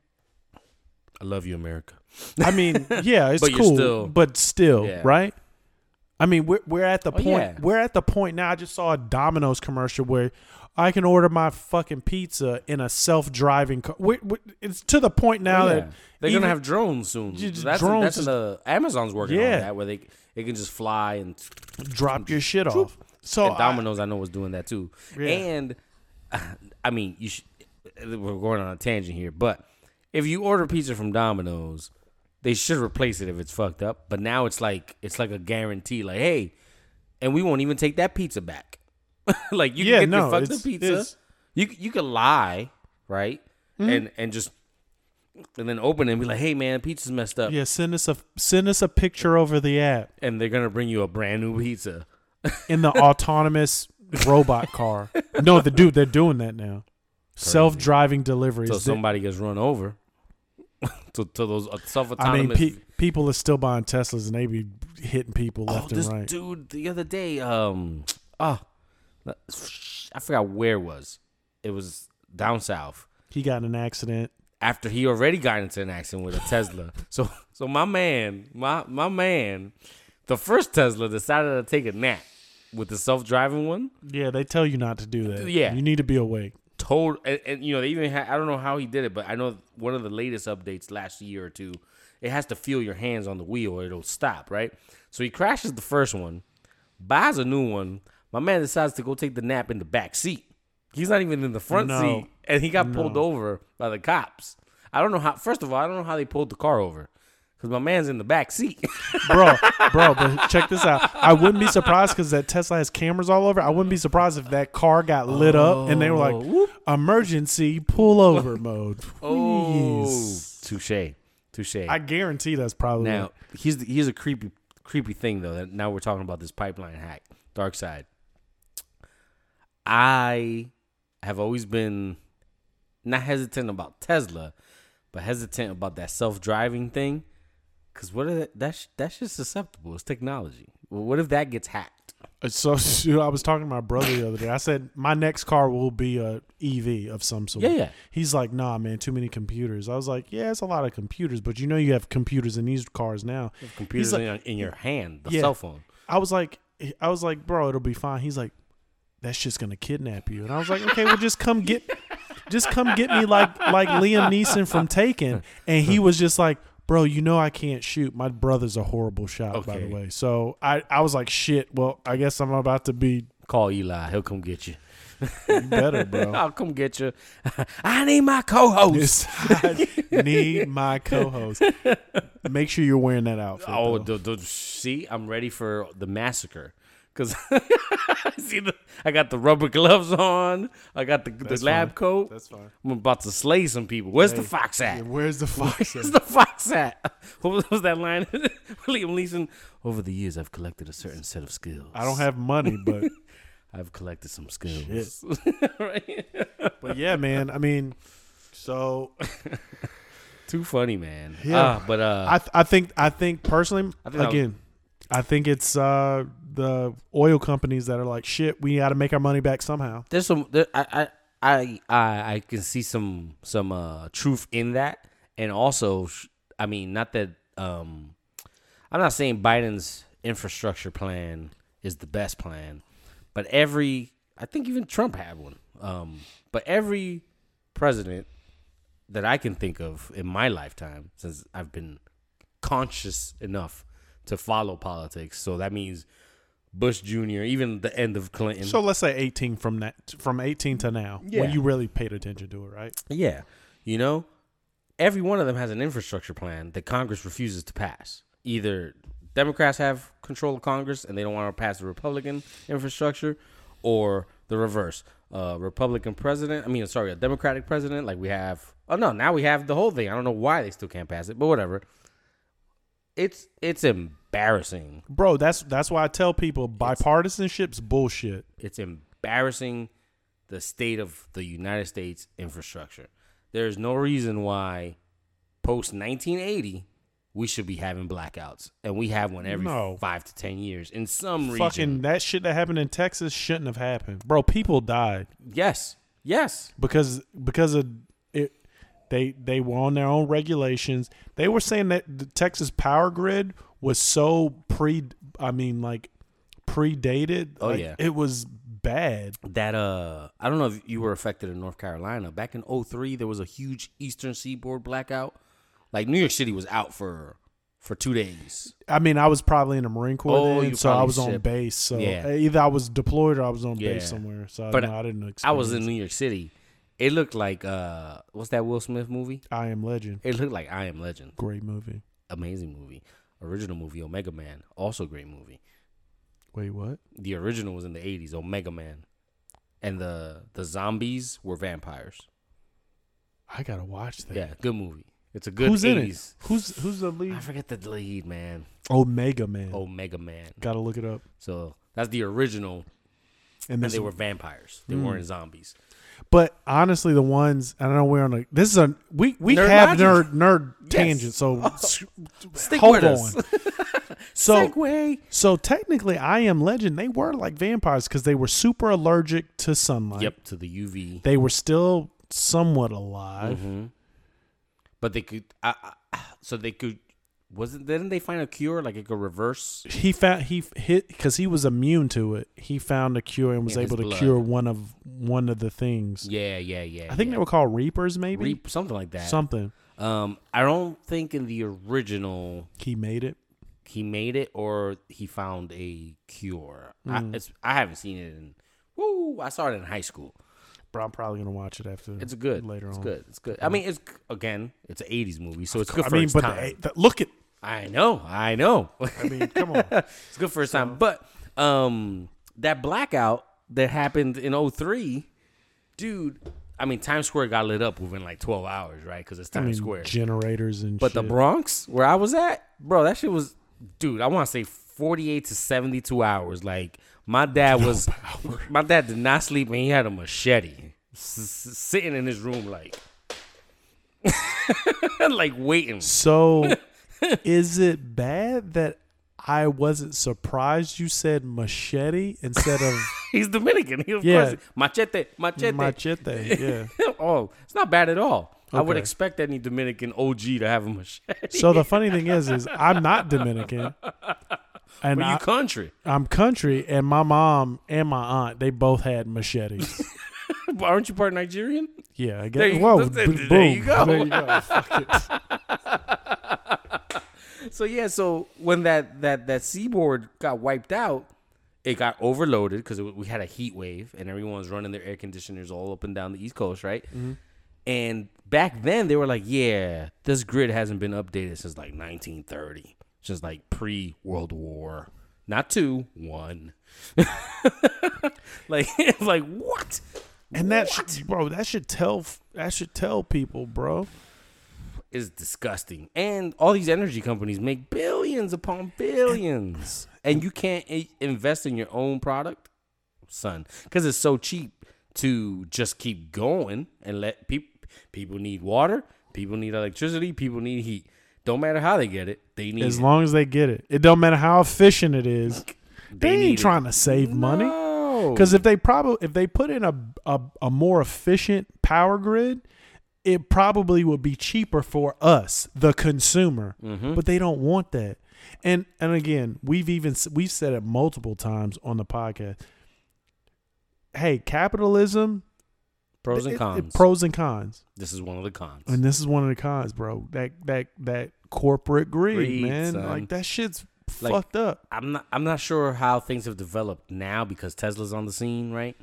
I love you, America. I mean, yeah, it's But you're cool, still- but still, Yeah. right? I mean, we're we're at the point. yeah. We're at the point now. I just saw a Domino's commercial where I can order my fucking pizza in a self-driving car. we we- it's to the point now Oh, Yeah. that They're even- gonna have drones soon. You just- that's drones that's is- the Amazon's working on Yeah. that where they it can just fly and drop your shit off. So and Domino's, I, know was doing that too. Yeah. And I mean, you should, we're going on a tangent here, but if you order pizza from Domino's, they should replace it if it's fucked up. But now it's like it's like a guarantee, like hey, and we won't even take that pizza back. like you Yeah, can get no, your fucked it's- up pizza. it's- Hmm? You you can lie, right? And and just and then open it and be like, hey man, pizza's messed up I, yeah, send us a send us a picture over the app and they're gonna bring you a brand new pizza. in the autonomous robot car. No, the dude, they're doing that now. Self-driving deliveries. So They- somebody gets run over. to, to those uh, self I mean, autonomous. pe- people are still buying Teslas and they be hitting people oh, left and this right. dude the other day. Um, ah, I forgot where it was. It was down south. He got in an accident. After he already got into an accident with a Tesla. so so my man, my my man, the first Tesla decided to take a nap with the self driving one. Yeah, they tell you not to do that. Yeah. you need to be awake. told and, and you know they even had, I don't know how he did it, but I know one of the latest updates last year or two, it has to feel your hands on the wheel or it'll stop, right? So he crashes the first one, buys a new one. My man decides to go take the nap in the back seat. He's not even in the front No. seat, and he got pulled No. over by the cops. I don't know how. First of all, I don't know how they pulled the car over because my man's in the back seat. bro, bro. But check this out. I wouldn't be surprised because that Tesla has cameras all over. I wouldn't be surprised if that car got lit up and they were like, Oh, whoop. "Emergency pullover mode." oh, Please. touche, touche. I guarantee that's probably Now he's the, he's a creepy creepy thing though. That now we're talking about this pipeline hack, dark side. I have always been not hesitant about Tesla, but hesitant about that self driving thing. Cause what if that that's that's just susceptible. It's technology. Well, what if that gets hacked? Uh, So shoot, I was talking to my brother the other day. I said my next car will be a EV of some sort. Yeah, yeah. He's like, nah, man, too many computers. I was like, yeah, it's a lot of computers, but you know, you have computers in these cars now. Computers like- in, your- in your hand, the Yeah. cell phone. I was like, eh, I was like, bro, it'll be fine. He's like, that's just gonna kidnap you. And I was like, okay, well, just come get, just come get me like like Liam Neeson from Taken. And he was just like, bro, you know I can't shoot. My brother's a horrible shot, by the Okay. way. So I, I was like, shit. Well, I guess I'm about to be Call Eli. He'll come get you. better, bro. I'll come get you. I need my co-host. Yes, I need my co-host. Make sure you're wearing that outfit. Oh, though. the, the, see, I'm ready for the massacre. Cause see, the, I got the rubber gloves on. I got the, the lab fine. coat. That's fine. I'm about to slay some people. Where's the fox at? Yeah, where's the fox? Where's the fox at? What was, what was that line? Liam Neeson. Over the years, I've collected a certain set of skills. I don't have money, but I've collected some skills. right? but yeah, man. I mean, so Too funny, man. Yeah. Ah, but uh, I th- I think I think personally think I'll- again, I think it's uh, the oil companies that are like shit. We got to make our money back somehow. there's some there, I, I I I I can see some some uh truth in that, and also sh- I mean not that um I'm not saying Biden's infrastructure plan is the best plan, but every I think even Trump had one. Um, but every president that I can think of in my lifetime since I've been conscious enough to follow politics, so that means Bush Jr., even the end of Clinton. So let's say eighteen from that from eighteen to now Yeah. when you really paid attention to it, right? Yeah. You know, every one of them has an infrastructure plan that Congress refuses to pass. Either Democrats have control of Congress and they don't want to pass the Republican infrastructure, or the reverse. Uh, Republican president, I mean, sorry, a Democratic president, like we have. Oh, no, now we have the whole thing. I don't know why they still can't pass it, but whatever. It's it's embarrassing Bro, that's that's why I tell people bipartisanship's bullshit. it's embarrassing the state of the United States infrastructure. There's no reason why post 1980 we should be having blackouts, and we have one every No. five to ten years in some Fucking region. that shit that happened in Texas shouldn't have happened, bro. People died Yes, yes, because because of it. They they were on their own regulations. They were saying that the Texas power grid was so pre. I mean, like predated. Oh, Like, yeah. it was bad. that uh I don't know if you were affected in North Carolina. Back in 03 there was a huge eastern seaboard blackout. Like New York City was out for for 2 days. I mean, I was probably in the Marine Corps, Oh, then, you so I probably was on shipped. base. So Yeah. either I was deployed or I was on base Yeah. somewhere. So But I, no, I didn't. Experience. I was in New York City. It looked like uh what's that Will Smith movie? I am Legend. It looked like I Am Legend. Great movie. amazing movie. Original movie, Omega Man, also great movie. Wait, what? The original was in the eighties, Omega Man. And the the zombies were vampires. I gotta watch that. Yeah, good movie. It's a good who's in it? eighties. Who's who's the lead? I forget the lead, man. Omega Man. Omega Man. Gotta look it up. So that's the original And Hmm. and this, they were vampires. They weren't zombies. but honestly, the ones I don't know. We're on a this is a we we Nerd have logic. nerd nerd Yes. Oh, tangent. So s- Stick hold with us. on. so Segway. so technically, I am Legend. They were like vampires because they were super allergic to sunlight. Yep, to the UV. They were still somewhat alive. Mm-hmm. But they could I, I, so they could wasn't didn't they find a cure like it could reverse He found he hit because he was immune to it. He found a cure and was Yeah, his able to blood. cure one of one of the things. Yeah, yeah, yeah. I think yeah. they were called Reapers, maybe Reap, something like that. something. Um, I don't think in the original He made it. he made it or he found a cure. I, Hmm. it's, I haven't seen it in. Woo! I saw it in high school. Bro, I'm probably gonna watch it after. It's good. later it's on. good. It's good. I mean, it's again, it's an '80s movie, so it's good I for mean, its but time. the- the- look at. I know. I know. I mean, come on. it's good for its time. But um, that blackout that happened in 03, dude. I mean, Times Square got lit up within like 12 hours, right? Because it's I Times mean, Square. generators and. But the shit. Bronx, where I was at, bro, that shit was, dude. I want to say forty-eight to seventy-two hours. Like my dad was, my dad did not sleep, and he had a machete s- s- sitting in his room, like, like waiting. So, is it bad that I wasn't surprised you said machete instead of He's Dominican. He of Yeah. course, machete, machete. machete? Yeah. oh, it's not bad at all. I would Okay. expect any Dominican OG to have a machete. So the funny thing is, is I'm not Dominican, and But I, you country, I'm country, and my mom and my aunt they both had machetes. aren't you part Nigerian? Yeah, There I guess. you- Whoa, there b- you boom. go. There you go. Fuck it. so yeah, so when that that that seaboard got wiped out, it got overloaded because we had a heat wave and everyone was running their air conditioners all up and down the East Coast, right? And back then they were like, yeah, this grid hasn't been updated since like 1930, since like pre World War, not two, one. like like what? And that should, bro, that should tell f- that should tell people, bro. is disgusting. And all these energy companies make billions upon billions, and you can't i- invest in your own product, son, because it's so cheap to just keep going and let people. People need water. People need electricity. People need heat. Don't matter how they get it. They need. As it. long as they get it, it don't matter how efficient it is. They, need ain't it. trying to save money. No. Because if they probably if they put in a, a a more efficient power grid, it probably would be cheaper for us, the consumer. Mm-hmm. But they don't want that. And and again, we've even s- we've said it multiple times on the podcast. Hey, capitalism pros it- and it- cons. pros and cons. this is one of the cons. And this is one of the cons, bro. That that that corporate greed, Greed, man. son. Like that shit's Like- fucked up. I'm not I'm not sure how things have developed now because Tesla's on the scene, right?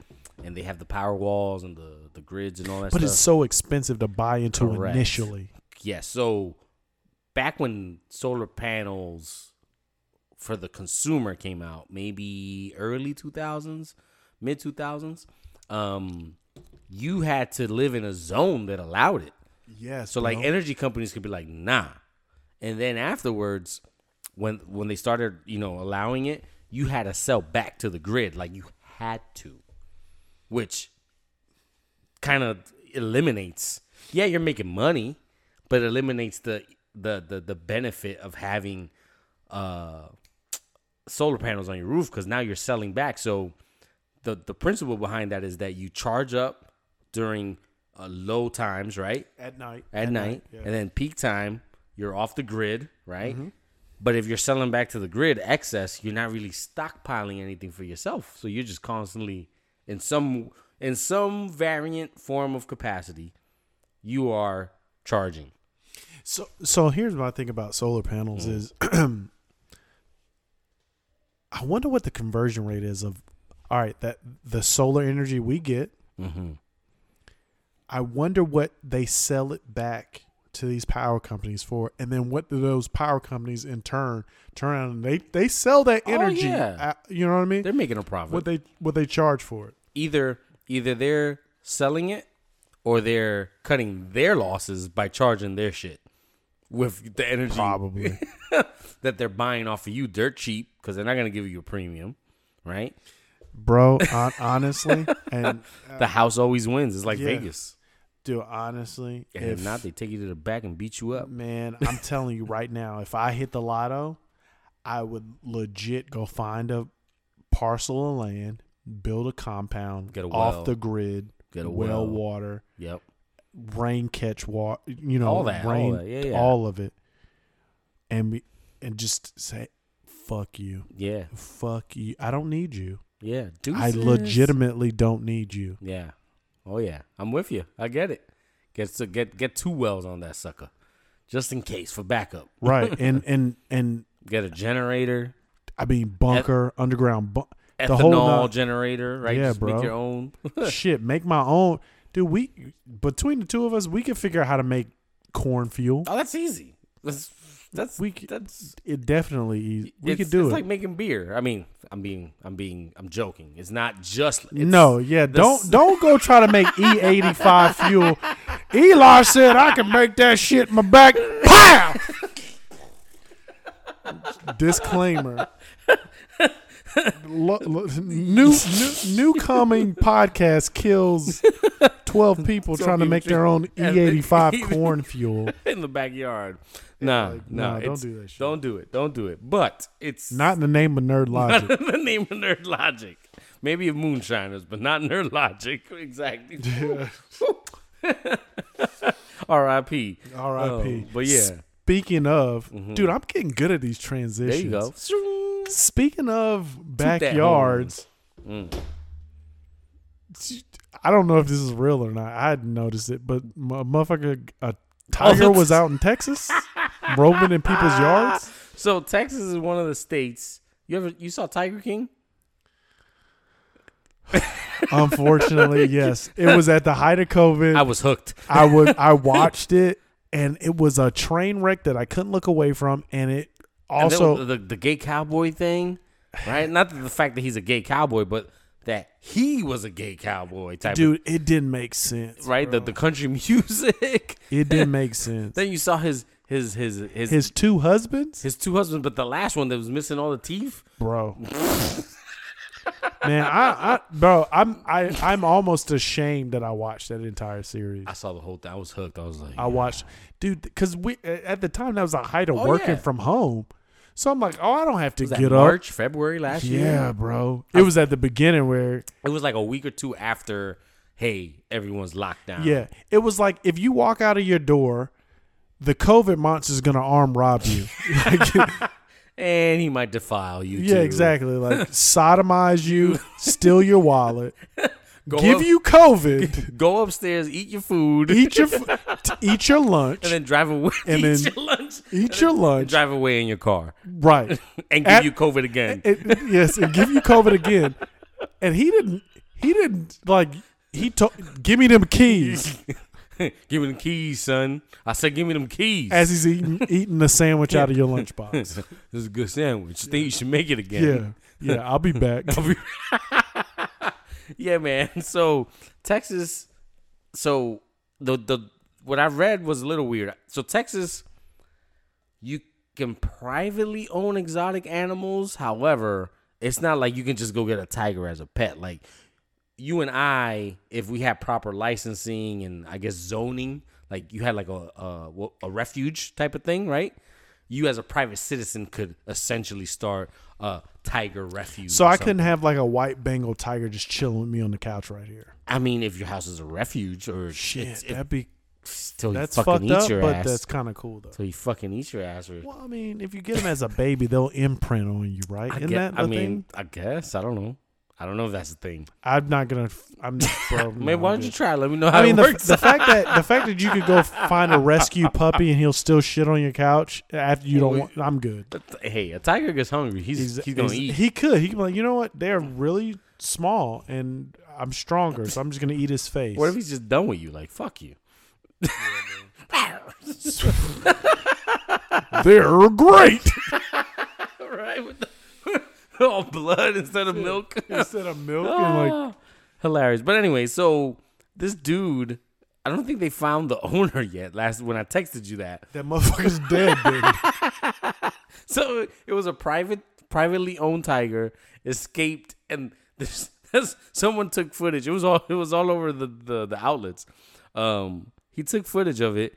And they have the power walls and the, the grids and all that But stuff. it's so expensive to buy into Correct. initially. yeah, so back when solar panels for the consumer came out, maybe early 2000s, mid 2000s, um, you had to live in a zone that allowed it. Yes. So like energy companies could be like, nah. And then afterwards, when when they started, you know, allowing it, you had to sell back to the grid. Like you had to. Which kind of eliminates yeah, you're making money, but eliminates the the the, the benefit of having uh solar panels on your roof because now you're selling back. So the the principle behind that is that you charge up during uh, low times, right? at night. at, night, and then peak time you're off the grid right but if you're selling back to the grid excess you're not really stockpiling anything for yourself so you're just constantly in some in some variant form of capacity you are charging So so here's what I think about solar panels Mm. is I wonder what the conversion rate is of all right, that the solar energy we get. I wonder what they sell it back to these power companies for and then what do those power companies in turn turn around and they, they sell that Oh, energy yeah. at- you know what I mean they're making a profit what they what they charge for it either either they're selling it or they're cutting their losses by charging their shit with the energy probably that they're buying off of you dirt cheap because they're not going to give you a premium right bro hon- honestly and The house always wins. It's like Yeah. Vegas. dude honestly And if, not, they take you to the back and beat you up. Man, I'm telling you right now, if I hit the lotto, I would legit go find a parcel of land, build a compound, Get a well. off the grid, Get a well. well, water, Yep. rain catch water, you know, All that, all rain, that, yeah, yeah. all of it, and be, and just say, "Fuck you, Yeah. fuck you. I don't need you. Yeah. Deuces. I legitimately don't need you." Yeah. Oh yeah. I'm with you. I get it. Get to get get two wells on that sucker, just in case for backup. Right, and and and Get a generator, I mean bunker, underground, bu- the whole ethanol nine- generator, right? Yeah, just bro. Make your own. shit, make my own. Dude, we between the two of us, we can figure out how to make corn fuel. oh, that's easy. That's that's We we c- that's It definitely is. We it's- could do it's it. like making beer. I mean, I'm being I'm being I'm joking. It's not just it's, no, yeah, the s- don't don't go try to make E85 fuel. Eli said I can make that shit in my back. Pow! Disclaimer. Lo- lo- new, new new coming podcast kills twelve people trying to people make their own drink- E85 corn fuel. in the backyard. Nah, nah, nah, don't it's- do that shit. Don't do it. Don't do it. But it's Not in the name of nerd logic. the name of nerd logic. Maybe of moonshiners, but not nerd logic. Exactly. R.I.P. R.I.P. Oh, but yeah, Mm-hmm. Speaking of, dude, I'm getting good at these transitions. there you go. Speaking of that backyards, Mm. I don't know if this is real or not. I hadn't noticed it, Oh, but my motherfucker, a tiger was out in Texas roaming in people's yards. So Texas is one of the states. You ever you saw Tiger King? Unfortunately, yes. It was at the height of COVID. I was hooked. I would I watched it and it was a train wreck that I couldn't look away from and it And then also the, the gay cowboy thing, right? Not that the fact that he's a gay cowboy, but that he was a gay cowboy type of dude it didn't make sense. right? The the country music. It didn't make sense. then you saw his his his his his, His two husbands? two husbands, but the last one that was missing all the teeth. bro. Man, I, I bro, I'm I I'm almost ashamed that I watched that entire series. I saw the whole thing. I was hooked. I was like, I watched, dude, because we at the time that was the height of Oh, working yeah. from home, so I'm like, oh, I don't have to was that get up. March, February last Yeah, year. bro, it was at the beginning where, It was like a week or two after. Hey, everyone's locked down. yeah, it was like if you walk out of your door, the COVID monster's gonna arm rob you. Like, and he might defile you. yeah, too. exactly. Like sodomize you, steal your wallet, Go give up- you COVID, go upstairs, eat your food, eat your fu- t- eat your lunch, and then drive away. and eat then- your lunch. eat your and lunch, drive away in your car right? and give At- you COVID again. it, yes, and give you COVID again. And he didn't. He didn't like. He told, give me them keys give me them keys, son. I said, give me them keys. as he's eating eating the sandwich out of your lunchbox. this is a good sandwich. think you should make it again. Yeah, yeah, I'll be back. Yeah, man. So Texas, so the the what I read was a little weird. So Texas, you can privately own exotic animals. However, it's not like you can just go get a tiger as a pet. Like you and I, if we had proper licensing and I guess zoning, like you had like a a, what- a refuge type of thing, right? You as a private citizen could essentially start a tiger refuge. So or I something. couldn't have like a white Bengal tiger just chilling with me on the couch right here. I mean, if your house is a refuge or Shit, it's- it- that'd be till he that's fucking fucked eats up, your but ass. that's kind of cool though. till he fucking eats your ass. Or, Well, I mean, if you get them as a baby, they'll imprint on you, right? I, Isn't gue- that the I mean, thing? I guess I don't know. I don't know if that's the thing. I'm not gonna. f- I'm bro, no, Man, why dude. don't you try? Let me know how I mean, it the, works. the fact that the fact that you could go find a rescue puppy and he'll still shit on your couch after you don't want, I'm good. hey, a tiger gets hungry. He's he's, gonna eat. He could. He could be like, you know what? They're really small and I'm stronger, so I'm just gonna eat his face. what if he's just done with you? Like fuck you. They're great All right, with the, all blood instead of milk. instead of milk and Ah. like. hilarious. But anyway, so this dude, I don't think they found the owner yet. Last when I texted you that, That motherfucker's dead, dude. So it was a private, privately owned tiger escaped, and there's, there's someone took footage. It was all it was all over the the, the outlets. Um, he took footage of it.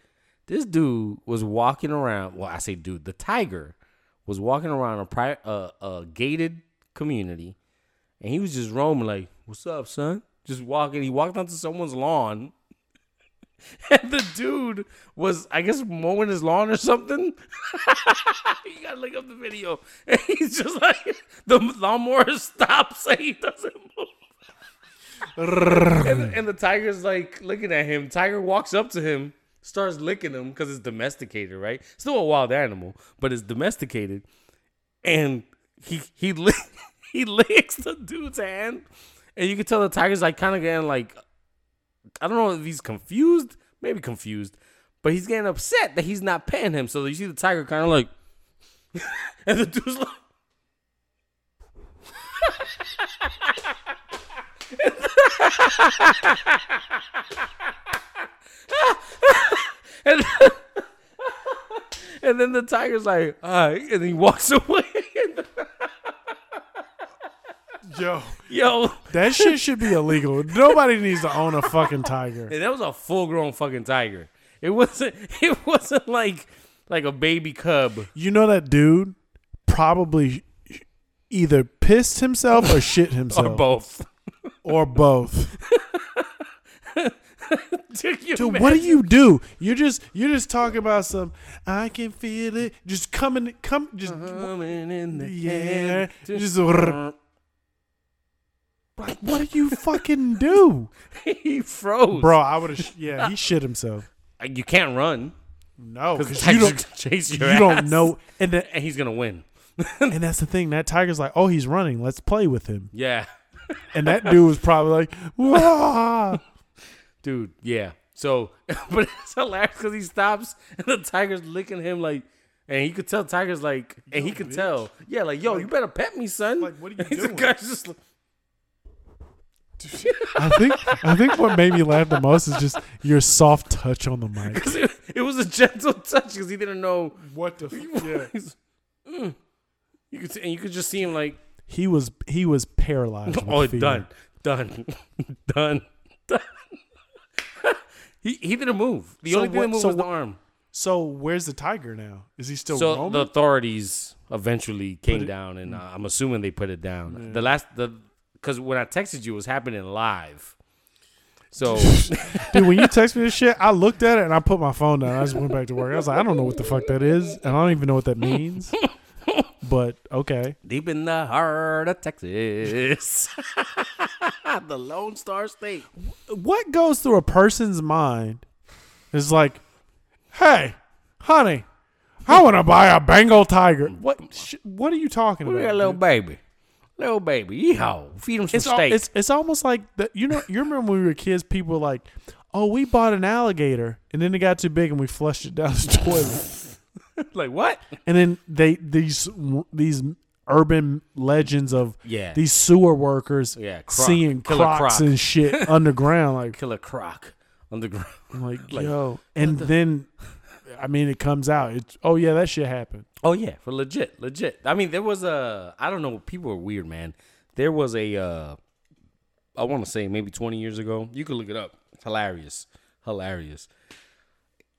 This dude was walking around. Well, I say dude, the tiger was walking around a pri- uh, a gated community, and he was just roaming like, "What's up, son?" Just walking. He walked onto someone's lawn. And the dude was, I guess, mowing his lawn or something. you gotta look up the video. And he's just like, the lawnmower stops and he doesn't move. and, and the tiger's like looking at him. Tiger walks up to him, starts licking him because it's domesticated, right? Still a wild animal, but it's domesticated. And he he li- he licks the dude's hand, and you can tell the tiger's like kind of getting like I don't know if he's confused, maybe confused, but he's getting upset that he's not petting him. So you see the tiger kind of like, and the dude's like. and, and then the tiger's like, all right, and he walks away. Yo, Yo, that shit should be illegal. Nobody needs to own a fucking tiger. And that was a full grown fucking tiger. It wasn't it wasn't like like a baby cub. You know that dude probably either pissed himself or shit himself Or both. or both. Dude, you Dude, imagine- what do you do? You're just you're just talking about some. I can feel it. Just coming, come, just Coming in the yeah. air. Just like, what do you fucking do, he froze. bro? I would have. Yeah, he shit himself. Oh, You can't run. No, because because you don't. chase your You don't ass, know, and the, and he's gonna win. and that's the thing. That tiger's like, oh, he's running. Let's play with him. Yeah, And that dude was probably like, "Wah." dude. Yeah. So, but it's hilarious because he stops and the tiger's licking him like, and he could tell tiger's like, and he could tell, yeah, like, yo, you better pet me, son. like, what are you And the doing? guy's just like, I think I think what made me laugh the most is just your soft touch on the mic. 'cause it, it was a gentle touch because he didn't know. What the? He's, "Mm." You could see, and you could just see him like, He was he was paralyzed. with oh, fear. done, done, done, done. he he didn't move. The So only thing what- that moved so was the what- arm. So where's the tiger now? Is he still so roaming? the authorities eventually came it- down and uh, i'm assuming they put it down the last the because when i texted you it was happening live so Dude, when you text me this shit, I looked at it and I put my phone down. I just went back to work. I was like, I don't know what the fuck that is, and I don't even know what that means. But okay, deep in the heart of texas the lone star state what goes through a person's mind is like, hey, honey, I want to buy a Bengal tiger. What? Sh- what are you talking we about? got a little dude? baby little baby yeehaw feed him some it's, al- steak it's it's almost like the, you know you remember when we were kids, people were like, oh, we bought an alligator, and then it got too big and we flushed it down the toilet. like what and then they these these urban legends of Yeah. these sewer workers Yeah, croc. seeing Kill a crocs croc. and shit underground like killer croc on the ground like, yo and then I mean it comes out it's oh yeah that shit happened Oh yeah, for legit, legit. I mean, there was a I don't know, people are weird, man. There was a uh I want to say maybe 20 years ago. You could look it up. It's hilarious. Hilarious.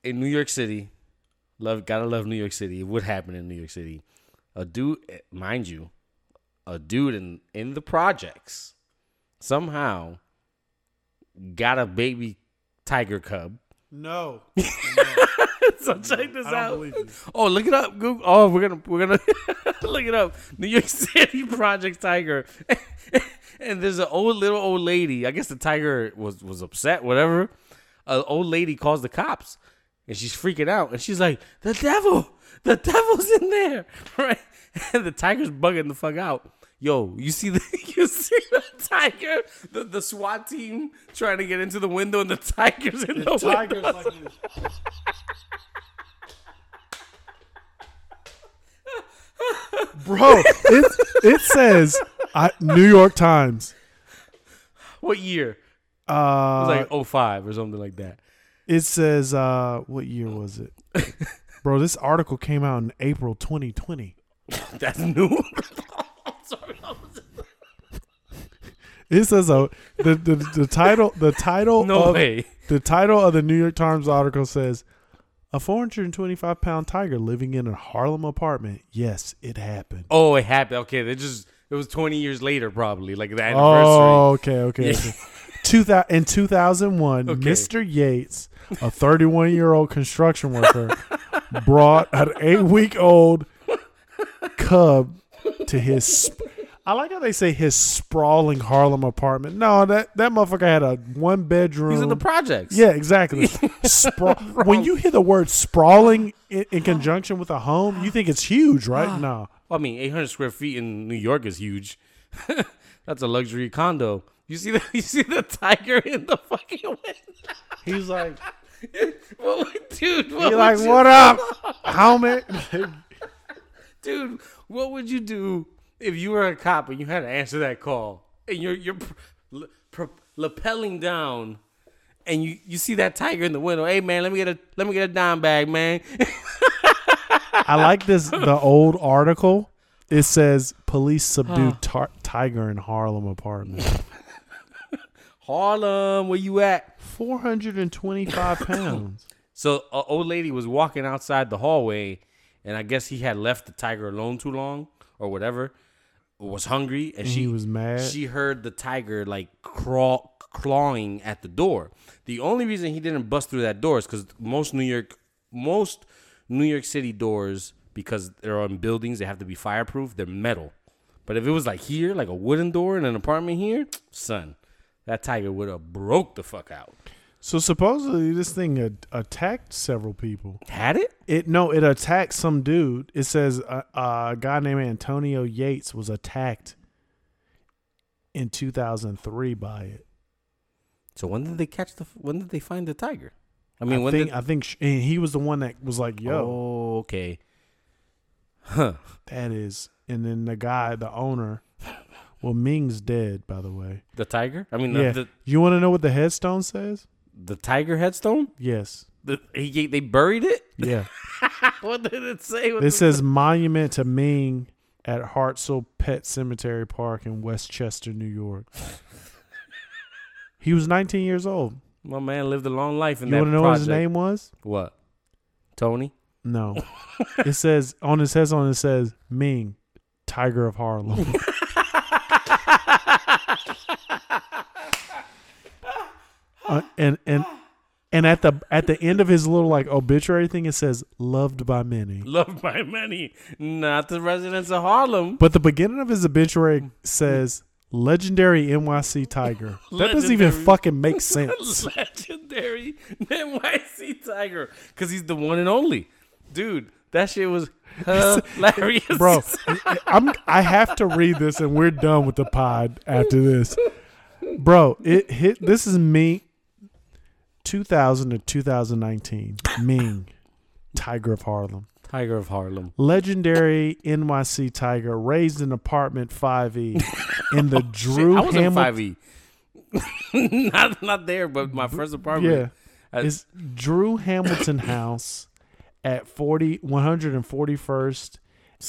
In New York City, love got to love New York City. It would happen in New York City. A dude, eh, mind you, a dude in in the projects somehow got a baby tiger cub. no So check this out. believe you. Oh, look it up. Google. Oh, we're gonna we're gonna look it up. New York City Project Tiger. and there's an old little old lady. I guess the tiger was was upset. Whatever. An old lady calls the cops, and she's freaking out, and she's like, "The devil, the devil's in there!" Right? And the tiger's bugging the fuck out. Yo, you see the you see the tiger, the, the SWAT team trying to get into the window, and the tiger's in the, window. bro it it says I, New York Times What year? uh It was like 05 or something like that. it says uh what year was it bro this article came out in April 2020 That's new. Sorry, I was- It says a the, the the title the title No of, way. the title of the New York Times article says a 425 pound tiger living in a Harlem apartment. Yes, it happened. Oh, it happened. Okay, they just it was 20 years later, probably like the anniversary. Oh, okay, okay. Yeah. okay. 2000, in 2001, Mr. Yates, a 31 year old construction worker, brought an eight week old cub to his. Sp- I like how they say his sprawling Harlem apartment. No, that, that motherfucker had a one bedroom. These are the projects. Yeah, exactly. Sprawl. when you hear the word sprawling in, in conjunction with a home, you think it's huge, Ah. right? No. Well, I mean, 800 square feet in New York is huge. That's a luxury condo. You see the you see the tiger in the fucking window. He's like, What would, dude? What he's would like, you- what up, homie? dude? What would you do if you were a cop and you had to answer that call and you're you're pr- l- pr- lapelling down and you you see that tiger in the window? Hey man, let me get a let me get a dime bag, man. I like this. The old article. It says police subdue tar- tiger in Harlem apartment. Harlem, where you at? 425 pounds. So, a old lady was walking outside the hallway, and I guess he had left the tiger alone too long or whatever, or was hungry, and, she he was mad. She heard the tiger like crawl, clawing at the door. The only reason he didn't bust through that door is because most New York, most New York City doors, because they're on buildings, they have to be fireproof. They're metal. But if it was like here, like a wooden door in an apartment here, son, that tiger would have broke the fuck out. So supposedly this thing had attacked several people. Had it? It no, it attacked some dude. It says a, a guy named Antonio Yates was attacked in 2003 by it. So when did they catch the? When did they find the tiger? I I mean, when think did? I think sh- and he was the one that was like, "Yo, Oh, okay. Huh. that is." And then the guy, the owner, well, Ming's dead, by the way. The tiger? I mean, yeah. the, you want to know what the headstone says? the the tiger headstone? Yes. The, he they buried it. Yeah. what did it say? What It the- says monument to Ming at Hartzell Pet Cemetery Park in Westchester, New York. he was 19 years old. my man lived a long life in you that want to know what project. his name was? What? Tony. No. it says on his headstone. It says Ming, Tiger of Harlem. Uh, and and and at the at the end of his little like obituary thing, it says loved by many. Loved by many, not the residents of Harlem. But the beginning of his obituary says legendary NYC Tiger. That doesn't even Legendary. fucking make sense. Legendary NYC Tiger, because he's the one and only, dude. That shit was hilarious, Bro, I'm I have to read this and we're done with the pod after this. Bro, it hit this is me 2000 to 2019. Ming Tiger of Harlem. Tiger of Harlem. Legendary NYC Tiger raised in apartment 5E in the Drew Oh, I was in Hamilton five E. not not there, but my first apartment. Yeah. I- It's Drew Hamilton House at 40, 141st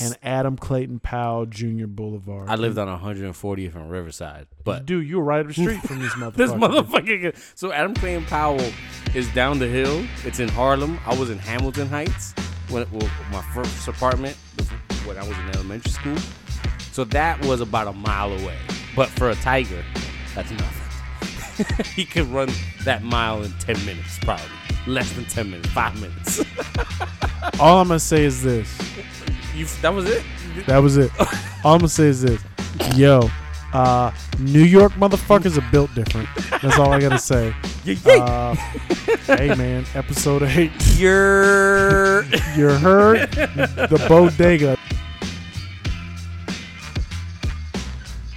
and Adam Clayton Powell Jr. Boulevard. I lived on 140th and Riverside, but Dude, you were right up the street from this motherfucker. this motherfucking so Adam Clayton Powell is down the hill. It's in Harlem. I was in Hamilton Heights when well, my first apartment when I was in elementary school. So that was about a mile away. But for a tiger, that's nothing. he could run that mile in 10 minutes, probably less than 10 minutes, five minutes. All I'm going to say is this. you that was it. That was it. All I'm going to say is this. Yo, uh, New York motherfuckers are built different. That's all I got to say. Uh, hey, man. Episode 8. You're. You heard the bodega.